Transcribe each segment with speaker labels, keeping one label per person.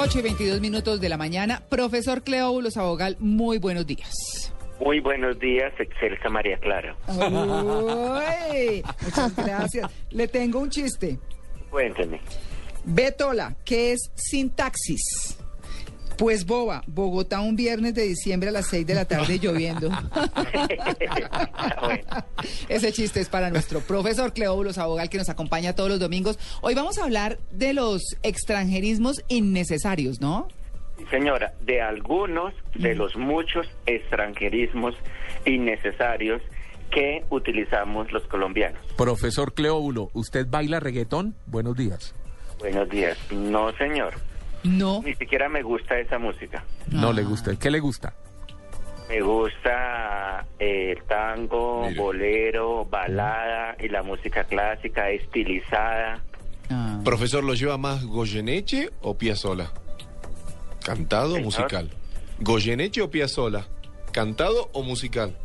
Speaker 1: 8 y 22 minutos de la mañana. Profesor Cleóbulo Sabogal, muy buenos días.
Speaker 2: Muy buenos días, excelsa María Clara.
Speaker 1: Ah. Uy, muchas gracias. Le tengo un chiste.
Speaker 2: Cuénteme.
Speaker 1: Betola, ¿qué es sintaxis? Pues boba, Bogotá un viernes de diciembre a las 6 de la tarde lloviendo.
Speaker 2: Ah, Bueno.
Speaker 1: Ese chiste es para nuestro profesor Cleóbulo Sabogal que nos acompaña todos los domingos. Hoy vamos a hablar de los extranjerismos innecesarios, ¿no?
Speaker 2: Señora, de algunos de los muchos extranjerismos innecesarios que utilizamos los colombianos.
Speaker 3: Profesor Cleóbulo, ¿usted baila reggaetón? Buenos días.
Speaker 2: Buenos días. No, señor.
Speaker 1: No.
Speaker 2: Ni siquiera me gusta esa música.
Speaker 3: No le gusta. ¿Qué le gusta?
Speaker 2: Me gusta eh, el tango, bolero, balada y la música clásica estilizada.
Speaker 1: Ah.
Speaker 4: ¿Profesor lo lleva más Goyeneche o Piazzola? ¿Cantado o
Speaker 2: Señor.
Speaker 4: musical? ¿Goyeneche o Piazzola? ¿Cantado o musical?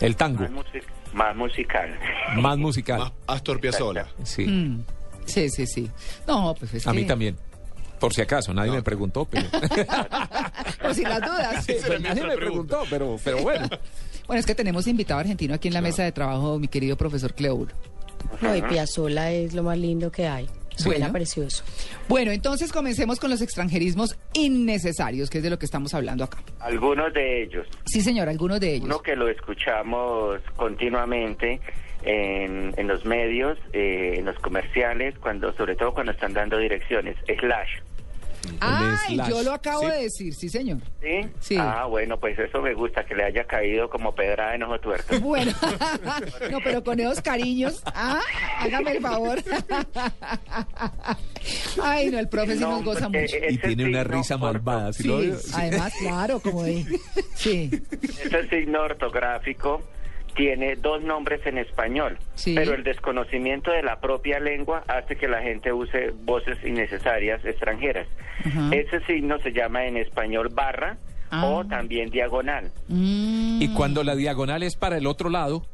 Speaker 3: El tango.
Speaker 2: Más, music- más musical.
Speaker 3: Más
Speaker 4: Más
Speaker 3: musical.
Speaker 4: Astor Piazzola.
Speaker 1: Mm,
Speaker 3: Sí.
Speaker 1: Sí, sí, sí. No, pues es
Speaker 3: A mí
Speaker 1: que-
Speaker 3: también. Por si acaso, nadie
Speaker 4: No.
Speaker 3: me preguntó, pero.
Speaker 1: Por si las dudas.
Speaker 3: Pues nadie me preguntó, pero, pero bueno.
Speaker 1: Bueno, es que tenemos invitado argentino aquí en la mesa de trabajo, mi querido profesor Cleóbulo.
Speaker 5: No, y Piazzola es lo más lindo que hay. Suena
Speaker 1: Bueno.
Speaker 5: precioso.
Speaker 1: Bueno, entonces comencemos con los extranjerismos innecesarios, que es de lo que estamos hablando acá.
Speaker 2: Algunos de ellos.
Speaker 1: Sí, señor, algunos de ellos.
Speaker 2: Uno que lo escuchamos continuamente en, en los medios, eh, en los comerciales, cuando sobre todo cuando están dando direcciones, slash.
Speaker 1: Ay,
Speaker 3: slash.
Speaker 1: yo lo acabo
Speaker 4: Sí.
Speaker 1: de decir, sí, señor.
Speaker 2: ¿Sí?
Speaker 1: Sí.
Speaker 2: Ah, bueno, pues eso me gusta, que le haya caído como pedrada en ojo tuerto.
Speaker 1: Bueno, no, pero con esos cariños, ah, hágame el favor. Ay, no, el profe sí
Speaker 2: No,
Speaker 1: nos goza
Speaker 2: porque
Speaker 1: mucho.
Speaker 2: Ese
Speaker 3: Y tiene una
Speaker 2: signo
Speaker 3: risa
Speaker 2: corto.
Speaker 3: malvada. ¿sí
Speaker 1: Sí,
Speaker 3: lo veo?
Speaker 1: además, claro, como dije. Sí,
Speaker 2: Ese signo ortográfico tiene dos nombres en español,
Speaker 1: Sí.
Speaker 2: pero el desconocimiento de la propia lengua hace que la gente use voces innecesarias extranjeras.
Speaker 1: Ajá.
Speaker 2: Ese signo se llama en español barra
Speaker 1: Ah. Mm.
Speaker 2: o también diagonal.
Speaker 3: Y cuando la diagonal es para el otro lado,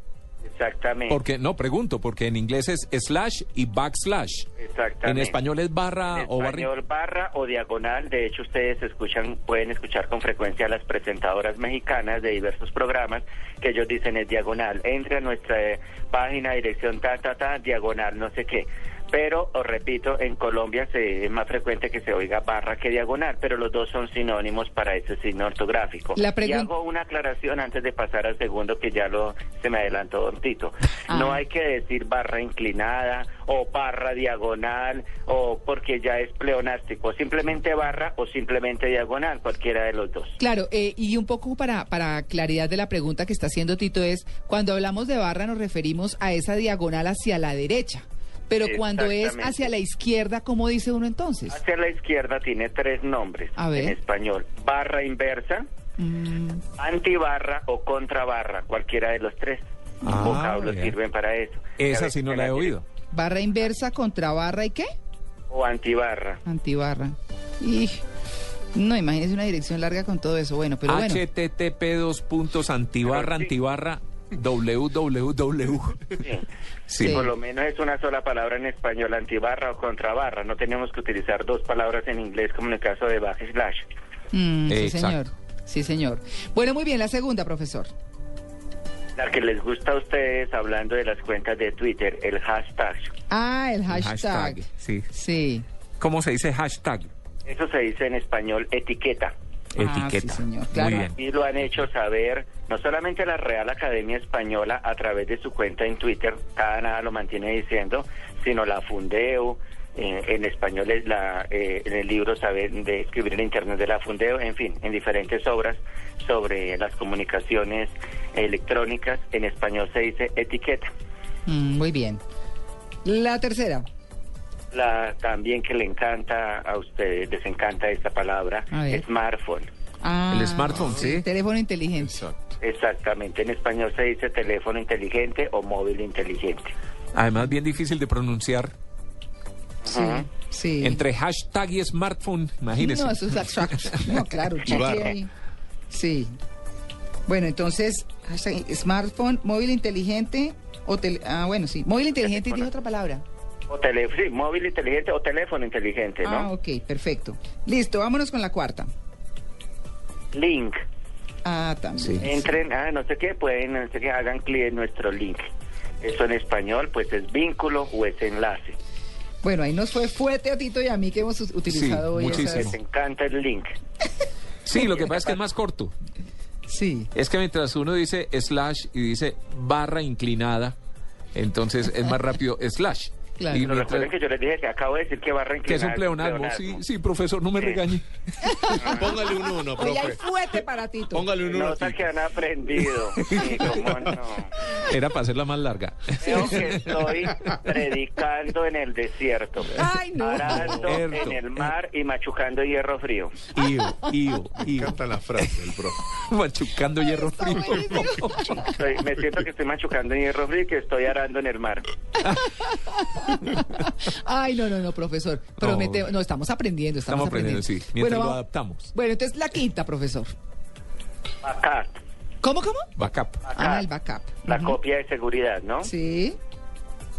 Speaker 2: Exactamente.
Speaker 3: porque, no, pregunto, porque en inglés es slash y backslash.
Speaker 2: Exactamente.
Speaker 3: En español es
Speaker 2: En
Speaker 3: barra o barra.
Speaker 2: español, barra o diagonal. De hecho, ustedes escuchan, pueden escuchar con frecuencia a las presentadoras mexicanas de diversos programas que ellos dicen es diagonal. Entre a nuestra eh, página, dirección ta, ta, ta, diagonal, no sé qué. Pero, os repito, en Colombia se, es más frecuente que se oiga barra que diagonal, pero los dos son sinónimos para ese signo ortográfico.
Speaker 1: La
Speaker 2: y
Speaker 1: pregun-
Speaker 2: hago una aclaración antes de pasar al segundo que ya lo se me adelantó Don Tito.
Speaker 1: Ah.
Speaker 2: No hay que decir barra inclinada o barra diagonal o porque ya es pleonástico, simplemente barra o simplemente diagonal, cualquiera de los dos.
Speaker 1: claro, eh, y un poco para, para claridad de la pregunta que está haciendo Tito es, cuando hablamos de barra nos referimos a esa diagonal hacia la derecha, pero cuando es
Speaker 2: Exactamente. Ah.
Speaker 1: hacia la izquierda, ¿cómo dice uno entonces?
Speaker 2: Hacia la izquierda tiene tres nombres
Speaker 1: A ver.
Speaker 2: en español. Barra inversa,
Speaker 1: Mm,
Speaker 2: antibarra o contrabarra, cualquiera de los tres.
Speaker 3: Ah,
Speaker 2: Vocablos
Speaker 3: vea.
Speaker 2: sirven para eso. Ya
Speaker 3: Esa
Speaker 2: ves
Speaker 3: sí no
Speaker 2: que
Speaker 3: la he
Speaker 2: la-
Speaker 3: oído.
Speaker 1: barra inversa contra barra y qué?
Speaker 2: O antibarra.
Speaker 1: Antibarra. Y no, imagínese una dirección larga con todo eso. Bueno, pero bueno.
Speaker 3: http dos puntos antibarra
Speaker 2: Pero sí.
Speaker 3: antibarra www.
Speaker 2: Sí.
Speaker 3: Sí.
Speaker 1: Sí.
Speaker 2: Por lo menos es una sola palabra en español, antibarra o contrabarra. No tenemos que utilizar dos palabras en inglés como en el caso de backslash.
Speaker 1: Mm, sí, señor.
Speaker 3: Exacto.
Speaker 1: Sí, señor. Bueno, muy bien, la segunda, profesor.
Speaker 2: La que les gusta a ustedes hablando de las cuentas de Twitter, el hashtag.
Speaker 1: Ah, el hashtag.
Speaker 3: Hashtag, sí.
Speaker 1: Sí.
Speaker 3: ¿Cómo se dice hashtag?
Speaker 2: Eso se dice en español etiqueta.
Speaker 1: Ah,
Speaker 3: Etiqueta.
Speaker 1: sí, señor,
Speaker 3: Muy
Speaker 1: claro.
Speaker 3: bien.
Speaker 2: Y lo han hecho saber no solamente la Real Academia Española a través de su cuenta en Twitter, cada nada lo mantiene diciendo, sino la Fundeo, eh, en español es la, eh, en el libro saber de escribir en Internet de la Fundeo, en fin, en diferentes obras sobre las comunicaciones electrónicas, en español se dice etiqueta.
Speaker 1: Mm, muy bien. La tercera.
Speaker 2: la también que le encanta a ustedes, les encanta esta palabra,
Speaker 1: A ver.
Speaker 2: smartphone.
Speaker 1: Ah,
Speaker 3: El smartphone, sí.
Speaker 1: Teléfono inteligente.
Speaker 4: Exacto.
Speaker 2: Exactamente, en español se dice teléfono inteligente o móvil inteligente.
Speaker 3: Además, bien difícil de pronunciar.
Speaker 1: Sí. sí.
Speaker 3: Entre hashtag y smartphone, imagínese.
Speaker 1: No, eso es abstracto. No, claro, chicle
Speaker 4: Barro.
Speaker 1: ahí. Sí. Bueno, entonces, hashtag smartphone, móvil inteligente o tele- Ah, bueno, sí. Móvil inteligente y dijo otra palabra.
Speaker 2: O tele, sí, móvil inteligente o teléfono inteligente, ¿no?
Speaker 1: Ah, ok, perfecto. Listo, vámonos con la cuarta.
Speaker 2: Link.
Speaker 1: Ah, también.
Speaker 2: Entren, ah, no sé qué, pueden, no sé qué, hagan clic en nuestro link. Eso en español, pues es vínculo o es enlace.
Speaker 1: Bueno, ahí nos fue fuerte a Tito y a mí que hemos us- utilizado hoy. esa-
Speaker 3: muchísimo.
Speaker 2: Les encanta el link.
Speaker 3: Sí, lo que pasa es que es más corto.
Speaker 1: Sí.
Speaker 3: Es que mientras uno dice slash y dice barra inclinada, entonces es más rápido slash.
Speaker 1: Claro.
Speaker 3: Y
Speaker 2: Pero
Speaker 3: mientras-
Speaker 2: recuerden que yo les dije que acabo de decir que barra
Speaker 3: que es un
Speaker 2: inclinada
Speaker 3: pleonasmo. Sí, sí, profesor, no me
Speaker 2: Sí.
Speaker 3: regañe.
Speaker 4: Póngale un uno,
Speaker 1: Hoy hay
Speaker 4: profe.
Speaker 1: fuerte para Tito.
Speaker 4: Póngale un uno.
Speaker 2: Nota que han aprendido. Sí, cómo no.
Speaker 3: Era para hacerla más larga.
Speaker 2: Creo que estoy predicando en el desierto,
Speaker 1: Ay, no.
Speaker 2: arando
Speaker 3: Cierto.
Speaker 2: en el mar y machucando hierro frío.
Speaker 3: Io, io, io.
Speaker 4: Canta la frase, el profe.
Speaker 3: Machucando hierro
Speaker 1: Está
Speaker 3: frío.
Speaker 1: buenísimo.
Speaker 2: Estoy- me siento que estoy machucando en hierro frío y que estoy arando en el mar.
Speaker 1: Ay, no, no, no, profesor. Promete, no, estamos aprendiendo, estamos,
Speaker 3: Estamos aprendiendo, sí. Mientras lo
Speaker 1: va-
Speaker 3: adaptamos.
Speaker 1: Bueno, entonces la quinta, profesor.
Speaker 2: Acá,
Speaker 1: ¿Cómo, cómo?
Speaker 3: Backup.
Speaker 2: acá,
Speaker 1: Ah, el backup.
Speaker 2: la copia de seguridad, ¿no?
Speaker 1: Sí.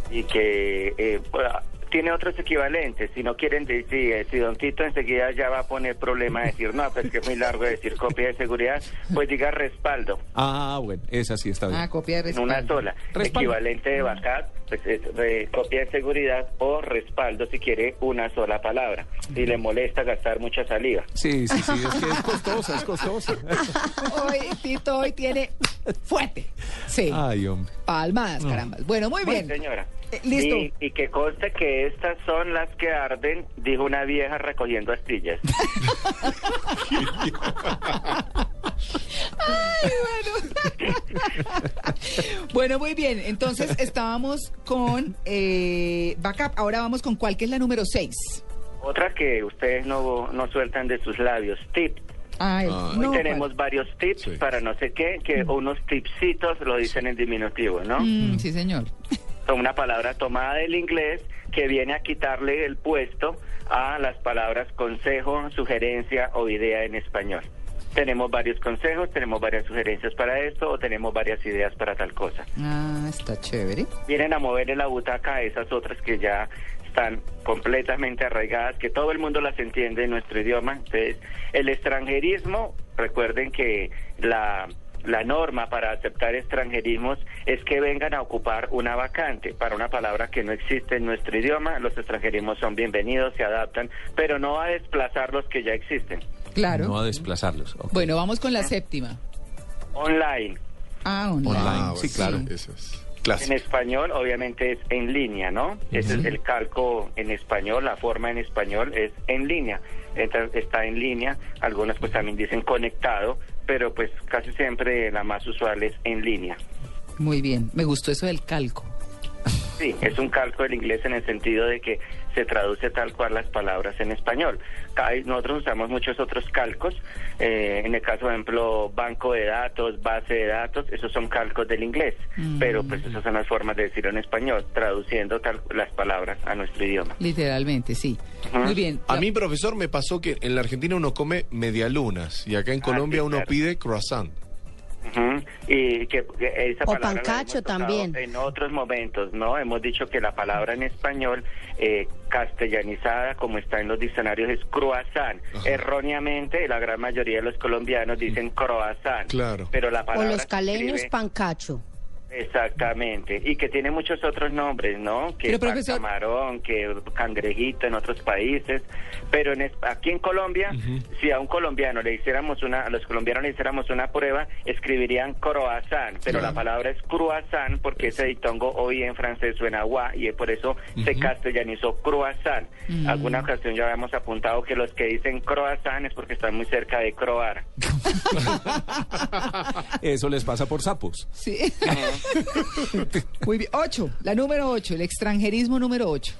Speaker 2: Y que eh, bueno, tiene otros equivalentes. Si no quieren decir, eh, si Don Tito enseguida ya va a poner problema de decir, no, pues que es muy largo decir copia de seguridad, pues diga respaldo.
Speaker 3: Ah, bueno, esa sí está bien.
Speaker 1: Ah, copia de
Speaker 2: En una
Speaker 1: respaldo.
Speaker 2: sola.
Speaker 3: Respaldo.
Speaker 2: Equivalente de backup, pues es de copia de seguridad o respaldo si quiere una sola palabra. Si le molesta gastar mucha saliva.
Speaker 3: Sí, sí, sí, es que es costosa, es costosa.
Speaker 1: Hoy, Tito, hoy tiene fuerte. Sí.
Speaker 3: Ay, hombre. Ah.
Speaker 1: Palmadas, carambas. Bueno, muy
Speaker 2: Sí,
Speaker 1: bien.
Speaker 2: señora.
Speaker 1: Eh, listo.
Speaker 2: Y, y que conste que estas son las que arden, dijo una vieja recogiendo astillas.
Speaker 1: Bueno, muy bien. Entonces estábamos con eh, backup. Ahora vamos con cuál, que es la número 6.
Speaker 2: Otra que ustedes no, no sueltan de sus labios, tip.
Speaker 1: Ay,
Speaker 4: Ah.
Speaker 2: Hoy
Speaker 1: no,
Speaker 2: tenemos
Speaker 1: ¿cuál?
Speaker 2: varios tips
Speaker 4: Sí.
Speaker 2: para no sé qué, que unos tipsitos lo dicen en diminutivo, ¿no?
Speaker 1: Mm, sí, señor.
Speaker 2: son una palabra tomada del inglés que viene a quitarle el puesto a las palabras consejo, sugerencia o idea en español. Tenemos varios consejos, tenemos varias sugerencias para esto o tenemos varias ideas para tal cosa.
Speaker 1: Ah, está chévere.
Speaker 2: Vienen a moverle la butaca a esas otras que ya están completamente arraigadas, que todo el mundo las entiende en nuestro idioma. Entonces, el extranjerismo, recuerden que la, la norma para aceptar extranjerismos es que vengan a ocupar una vacante. Para una palabra que no existe en nuestro idioma, los extranjerismos son bienvenidos, se adaptan, pero no a desplazar los que ya existen.
Speaker 1: Claro.
Speaker 3: No a desplazarlos. ok.
Speaker 1: Bueno, vamos con la séptima.
Speaker 2: Online.
Speaker 1: Ah, online.
Speaker 3: Online,
Speaker 4: Ah,
Speaker 3: sí,
Speaker 4: bueno,
Speaker 3: claro.
Speaker 4: Eso es.
Speaker 2: En
Speaker 4: Clásico.
Speaker 2: español, obviamente, es en línea, ¿no? Ese es el calco en español, la forma en español es en línea. Entonces, está en línea, algunos pues también dicen conectado, pero pues casi siempre la más usual es en línea.
Speaker 1: Muy bien. Me gustó eso del calco.
Speaker 2: Sí, es un calco del inglés en el sentido de que se traduce tal cual las palabras en español. Hay- Nosotros usamos muchos otros calcos, eh, en el caso, por ejemplo, banco de datos, base de datos, esos son calcos del inglés, pero pues esas son las formas de decirlo en español, traduciendo tal- las palabras a nuestro idioma.
Speaker 1: Literalmente, sí. Muy bien.
Speaker 4: A mí, profesor, me pasó que en la Argentina uno come medialunas y acá en
Speaker 2: Ah,
Speaker 4: Colombia
Speaker 2: sí,
Speaker 4: uno
Speaker 2: claro.
Speaker 4: pide croissant.
Speaker 2: Ujú, Y que, que esa
Speaker 5: O
Speaker 2: palabra la
Speaker 5: pancacho
Speaker 2: hemos tocado
Speaker 5: también.
Speaker 2: En otros momentos, ¿no? Hemos dicho que la palabra en español, eh, castellanizada, como está en los diccionarios, es croissant. Erróneamente, la gran mayoría de los colombianos dicen croissant.
Speaker 4: Claro.
Speaker 2: Pero la
Speaker 5: O
Speaker 2: palabra.
Speaker 5: los
Speaker 2: se
Speaker 5: caleños
Speaker 2: escribe-
Speaker 5: pancacho.
Speaker 2: Exactamente. Y que tiene muchos otros nombres, ¿no? Que
Speaker 1: Pero, profesor-
Speaker 2: camarón, que cangrejito en otros países. Pero en, es- aquí en Colombia, si a un colombiano le hiciéramos una, a los colombianos le hiciéramos una prueba, escribirían croissant. Pero la palabra es croissant porque ese ditongo hoy en francés suena agua y es por eso se castellanizó croissant.
Speaker 1: Mm.
Speaker 2: Alguna ocasión ya habíamos apuntado que los que dicen croissant es porque están muy cerca de croar.
Speaker 3: Eso les pasa por sapos.
Speaker 1: Sí. Muy bien. Ocho. La número ocho. El extranjerismo número ocho.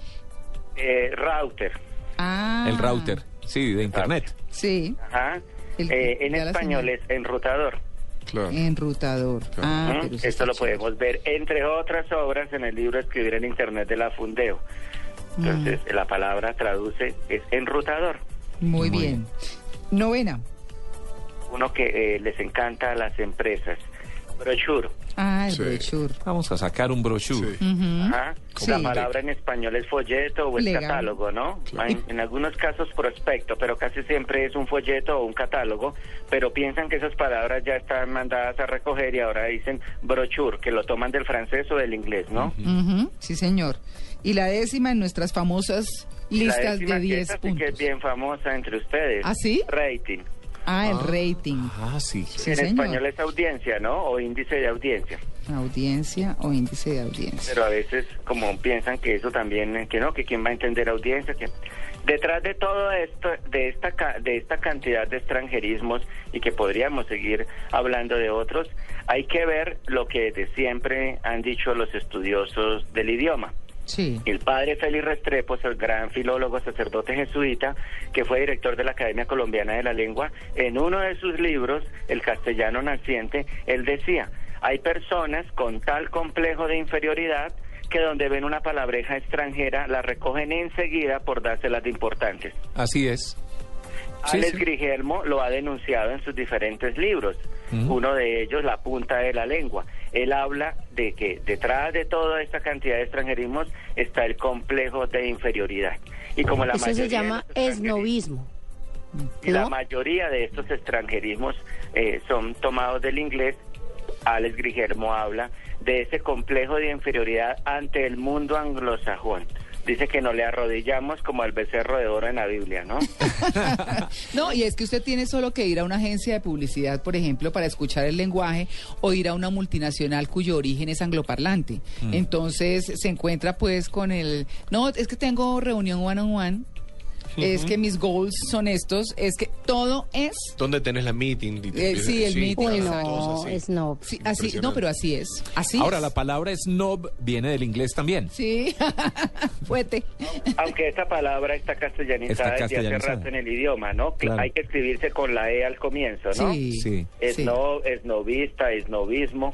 Speaker 2: Eh, router.
Speaker 1: Ah.
Speaker 3: El router, sí, de internet.
Speaker 1: Sí,
Speaker 2: Ajá.
Speaker 1: El-
Speaker 2: Eh, en
Speaker 1: ya la
Speaker 2: español
Speaker 1: señal.
Speaker 2: es enrutador.
Speaker 4: Claro.
Speaker 1: enrutador. Ah,
Speaker 2: ¿Mm?
Speaker 1: pero sí
Speaker 2: Esto
Speaker 1: está
Speaker 2: lo
Speaker 1: chévere.
Speaker 2: podemos ver, entre otras obras, en el libro Escribir en Internet de la Fundeo. Entonces,
Speaker 1: Mm.
Speaker 2: la palabra traduce es enrutador.
Speaker 1: Muy, bien. Novena.
Speaker 2: Uno que eh, les encanta a las empresas. Brochure.
Speaker 1: Ah, el
Speaker 4: Sí.
Speaker 1: brochure.
Speaker 3: Vamos a sacar un brochure.
Speaker 4: Sí.
Speaker 2: Ajá.
Speaker 1: Sí.
Speaker 2: La palabra en español es folleto o es
Speaker 1: Legal.
Speaker 2: catálogo, ¿no?
Speaker 4: Claro.
Speaker 2: En, en algunos casos prospecto, pero casi siempre es un folleto o un catálogo, pero piensan que esas palabras ya están mandadas a recoger y ahora dicen brochure, que lo toman del francés o del inglés, ¿no?
Speaker 1: Ujú, Sí, señor. Y la décima en nuestras famosas
Speaker 2: La
Speaker 1: listas
Speaker 2: décima,
Speaker 1: de
Speaker 2: que
Speaker 1: 10
Speaker 2: esa sí que
Speaker 1: puntos.
Speaker 2: es bien famosa entre ustedes.
Speaker 1: ¿Ah, sí?
Speaker 2: Rating.
Speaker 1: Ah, el rating.
Speaker 3: Ah, sí.
Speaker 1: Sí,
Speaker 2: en español
Speaker 1: señor.
Speaker 2: es audiencia, ¿no? O índice de audiencia.
Speaker 1: Audiencia o índice de audiencia.
Speaker 2: Pero a veces como piensan que eso también, eh, que no, que quién va a entender audiencia. Que... Detrás de todo esto, de esta, ca- de esta cantidad de extranjerismos y que podríamos seguir hablando de otros, hay que ver lo que de siempre han dicho los estudiosos del idioma.
Speaker 1: Sí.
Speaker 2: El padre Félix Restrepo es el gran filólogo sacerdote jesuita que fue director de la Academia Colombiana de la Lengua. En uno de sus libros, El castellano naciente, él decía, hay personas con tal complejo de inferioridad que donde ven una palabreja extranjera la recogen enseguida por dárselas de importantes.
Speaker 3: Así es. Sí,
Speaker 2: Alex
Speaker 3: sí.
Speaker 2: Grigelmo lo ha denunciado en sus diferentes libros. Uno de ellos, La punta de la lengua. Él habla de que detrás de toda esta cantidad de extranjerismos está el complejo de inferioridad. Y como la
Speaker 5: Eso
Speaker 2: mayoría
Speaker 5: se
Speaker 2: de
Speaker 5: llama
Speaker 2: estos extranjerismos-
Speaker 5: esnovismo.
Speaker 2: y la
Speaker 5: ¿no?
Speaker 2: mayoría de estos extranjerismos eh, son tomados del inglés. Alex Grigelmo habla de ese complejo de inferioridad ante el mundo anglosajón. Dice que no le arrodillamos como al becerro de oro en la Biblia, ¿no?
Speaker 1: No, y es que usted tiene solo que ir a una agencia de publicidad, por ejemplo, para escuchar el lenguaje o ir a una multinacional cuyo origen es angloparlante.
Speaker 3: Mm.
Speaker 1: Entonces se encuentra pues con el, no, es que tengo reunión one on one. Es que mis goals son estos, es que todo es
Speaker 4: ¿Dónde tenés la meeting?
Speaker 1: Eh, sí, el meeting,
Speaker 5: Uy,
Speaker 4: claro,
Speaker 1: exacto.
Speaker 5: no,
Speaker 4: todos así.
Speaker 5: es no.
Speaker 1: sí, así, no,
Speaker 4: Impresionante.
Speaker 1: pero así es, así
Speaker 3: Ahora,
Speaker 1: es.
Speaker 3: la palabra snob viene del inglés también.
Speaker 1: Sí, fuerte.
Speaker 2: Aunque esta palabra está castellanizada,
Speaker 3: Está
Speaker 2: desde hace
Speaker 3: castellanizada.
Speaker 2: rato en el idioma, ¿no? Que
Speaker 3: Claro.
Speaker 2: Hay que escribirse con la E al comienzo, ¿no?
Speaker 1: Sí,
Speaker 3: Sí.
Speaker 2: Es
Speaker 1: sí.
Speaker 2: no, es novista, es novismo.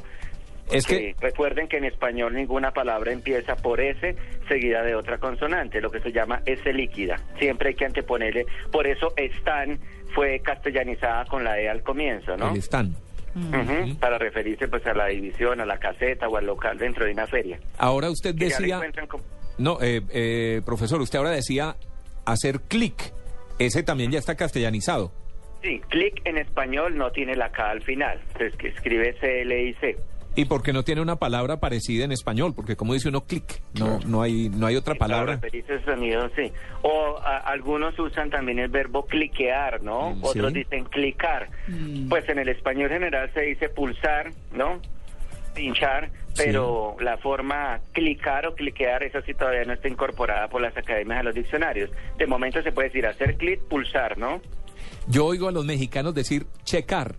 Speaker 3: Es
Speaker 2: Porque
Speaker 3: que-
Speaker 2: recuerden que en español ninguna palabra empieza por S seguida de otra consonante, lo que se llama S líquida. Siempre hay que anteponerle, por eso están fue castellanizada con la E al comienzo, ¿no?
Speaker 3: El stand.
Speaker 1: Mm.
Speaker 2: Ujú, Para referirse pues a la división, a la caseta o al local dentro de una feria.
Speaker 3: Ahora usted
Speaker 2: Que ya le
Speaker 3: decía...
Speaker 2: encuentran como-
Speaker 3: No, eh, eh, profesor, usted ahora decía hacer clic. Ese también ya está castellanizado.
Speaker 2: Sí, clic en español no tiene la K al final, es que escribe C-L-I-C.
Speaker 3: ¿Y por qué no tiene una palabra parecida en español? Porque como dice uno clic, no, no, hay, no hay otra palabra.
Speaker 2: Para referirse al sonido, sí. O a- algunos usan también el verbo cliquear, ¿no?
Speaker 3: Mm,
Speaker 2: Otros
Speaker 3: sí.
Speaker 2: dicen clicar. Pues en el español general se dice pulsar, ¿no? Pinchar, pero la forma clicar o cliquear, esa sí todavía no está incorporada por las academias a los diccionarios. De momento se puede decir hacer clic, pulsar, ¿no?
Speaker 3: Yo oigo a los mexicanos decir checar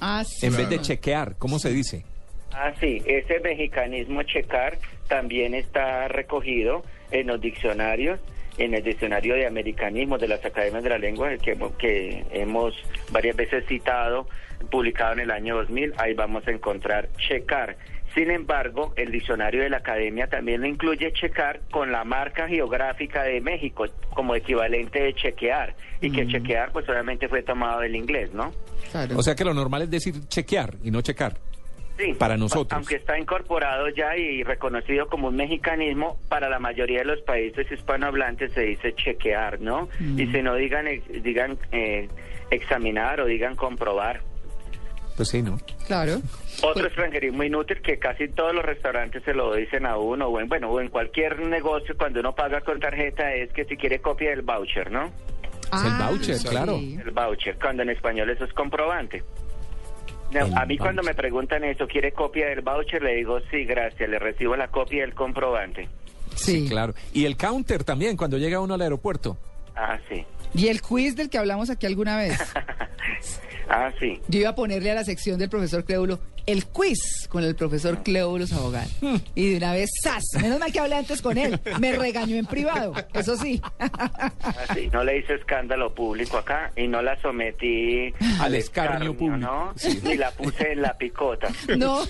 Speaker 1: Ah, sí.
Speaker 3: en vez de chequear. ¿Cómo se dice?
Speaker 2: Ah, sí, ese mexicanismo checar también está recogido en los diccionarios, en el diccionario de americanismo de las academias de la lengua, el que, hemos- que hemos varias veces citado, publicado en el año 2000, ahí vamos a encontrar checar. Sin embargo, el diccionario de la academia también lo incluye checar con la marca geográfica de México como equivalente de chequear, y que chequear pues obviamente fue tomado del inglés, ¿no?
Speaker 1: Claro.
Speaker 3: O sea que lo normal es decir chequear y no checar.
Speaker 2: Sí,
Speaker 3: para nosotros.
Speaker 2: Aunque está incorporado ya y reconocido como un mexicanismo, para la mayoría de los países hispanohablantes se dice chequear, ¿no? Y
Speaker 3: Mm.
Speaker 2: si no digan, ex- digan eh, examinar o digan comprobar.
Speaker 3: Pues sí, ¿no?
Speaker 1: claro.
Speaker 2: Otro extranjerismo inútil que casi todos los restaurantes se lo dicen a uno, o en, bueno, o en cualquier negocio cuando uno paga con tarjeta es que si quiere copia del voucher, ¿no?
Speaker 3: Es el voucher,
Speaker 1: Ah, sí.
Speaker 3: claro.
Speaker 2: El voucher, cuando en español eso es comprobante. No,
Speaker 3: El
Speaker 2: a mí cuando
Speaker 3: voucher.
Speaker 2: me preguntan eso, ¿quiere copia del voucher? Le digo, sí, gracias, le recibo la copia del comprobante.
Speaker 3: Sí,
Speaker 1: Sí.
Speaker 3: claro. Y el counter también, cuando llega uno al aeropuerto.
Speaker 2: Ah, sí.
Speaker 1: Y el quiz del que hablamos aquí alguna vez.
Speaker 2: Ah, sí.
Speaker 1: Yo iba a ponerle a la sección del profesor Crédulo, el quiz con el profesor Cleobulus Abogal.
Speaker 2: Hmm.
Speaker 1: Y de una vez, ¡zas! Menos mal que hablé antes con él. Me regañó en privado, eso sí.
Speaker 2: Así, Ah, no le hice escándalo público acá y no la sometí
Speaker 3: Al escarnio público,
Speaker 2: ¿no?
Speaker 3: sí.
Speaker 2: Y la puse en la picota.
Speaker 1: No,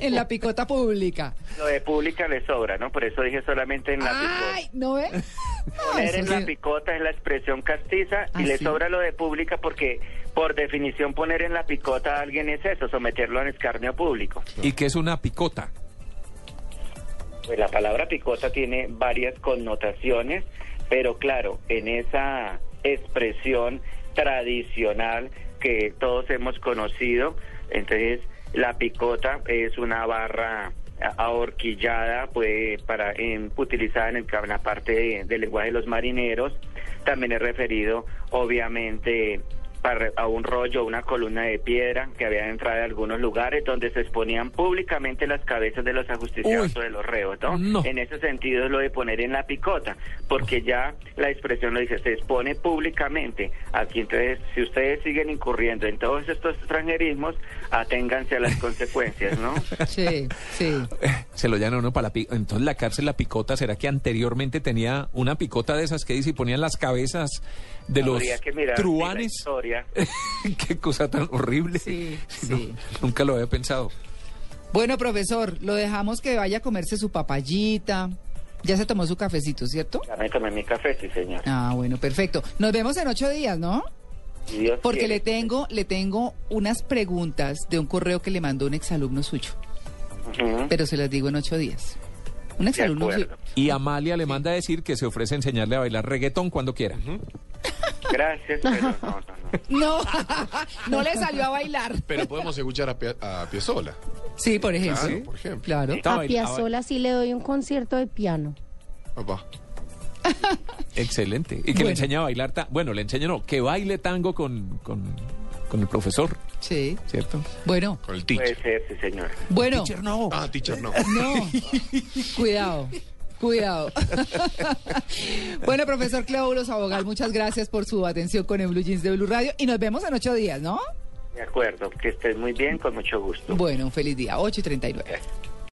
Speaker 1: en la picota pública.
Speaker 2: Lo de pública le sobra, ¿no? Por eso dije solamente en
Speaker 1: Ah,
Speaker 2: la picota.
Speaker 1: ¡Ay! ¿No ve? No,
Speaker 2: Poner
Speaker 1: eso
Speaker 2: en
Speaker 1: sí.
Speaker 2: la picota es la expresión castiza
Speaker 1: Ah,
Speaker 2: y le
Speaker 1: sí.
Speaker 2: sobra lo de pública porque por definición poner en la picota a alguien es eso, someterlo a un escarnio público.
Speaker 3: ¿Y que es una picota?
Speaker 2: Pues la palabra picota tiene varias connotaciones, pero claro, en esa expresión tradicional que todos hemos conocido, entonces la picota es una barra a- ahorquillada pues para em, utilizada en, el, ca- en la parte de- del lenguaje de los marineros también es referido obviamente para- a un rollo, una columna de piedra que había entrado en algunos lugares donde se exponían públicamente las cabezas de los ajusticiados
Speaker 3: Uy.
Speaker 2: o de los reos, ¿no?
Speaker 3: No.
Speaker 2: En ese sentido es lo de poner en la picota, porque ya la expresión lo dice, se expone públicamente. Aquí entonces, si ustedes siguen incurriendo en todos estos extranjerismos, aténganse a las consecuencias, ¿no?
Speaker 1: Sí, sí.
Speaker 3: Se lo llama uno para la picota. Entonces la cárcel, la picota, ¿será que anteriormente tenía una picota de esas que dice y ponían las cabezas de los
Speaker 2: Habría que mirar si la
Speaker 3: truanes?
Speaker 2: historia.
Speaker 3: Qué cosa tan horrible.
Speaker 1: Sí,
Speaker 3: No,
Speaker 1: sí.
Speaker 3: nunca lo había pensado.
Speaker 1: Bueno, profesor, lo dejamos que vaya a comerse su papayita. Ya se tomó su cafecito, ¿cierto?
Speaker 2: Ya me tomé mi café, sí, señor.
Speaker 1: Ah, bueno, perfecto. Nos vemos en ocho días, ¿no?
Speaker 2: Si Dios
Speaker 1: Porque
Speaker 2: quiere.
Speaker 1: le tengo, le tengo unas preguntas de un correo que le mandó un exalumno suyo,
Speaker 2: Ujú.
Speaker 1: pero se las digo en ocho días. Un
Speaker 2: De
Speaker 1: exalumno suyo.
Speaker 2: acuerdo.
Speaker 3: Y Amalia le manda a decir que se ofrece a enseñarle a bailar reggaetón cuando quiera.
Speaker 2: Gracias, pero no, no, no.
Speaker 1: No, no le salió a bailar.
Speaker 4: Pero podemos escuchar a, Pia- a Piazzolla.
Speaker 1: Sí, por ejemplo.
Speaker 4: Claro, por ejemplo.
Speaker 1: Claro.
Speaker 3: Estaba
Speaker 5: a
Speaker 3: bail-
Speaker 5: Piazzolla sí le doy un concierto de piano.
Speaker 4: Papá.
Speaker 3: Excelente. Y que
Speaker 1: Bueno.
Speaker 3: le enseña a bailar. ta- Bueno, le enseña no, que baile tango con, con, con el profesor,
Speaker 1: Sí.
Speaker 3: ¿cierto?
Speaker 1: Bueno,
Speaker 4: Con el
Speaker 2: Puede
Speaker 4: teacher.
Speaker 2: ser, sí, señor.
Speaker 1: bueno.
Speaker 3: no.
Speaker 4: Ah, teacher, no.
Speaker 1: No, cuidado. Cuidado. bueno, profesor Cleóbulos Abogal, muchas gracias por su atención con el Blue Jeans de Blue Radio y nos vemos en ocho días, ¿no?
Speaker 2: De acuerdo, que estés muy bien, con mucho gusto.
Speaker 1: Bueno, un feliz día, 8 y 39.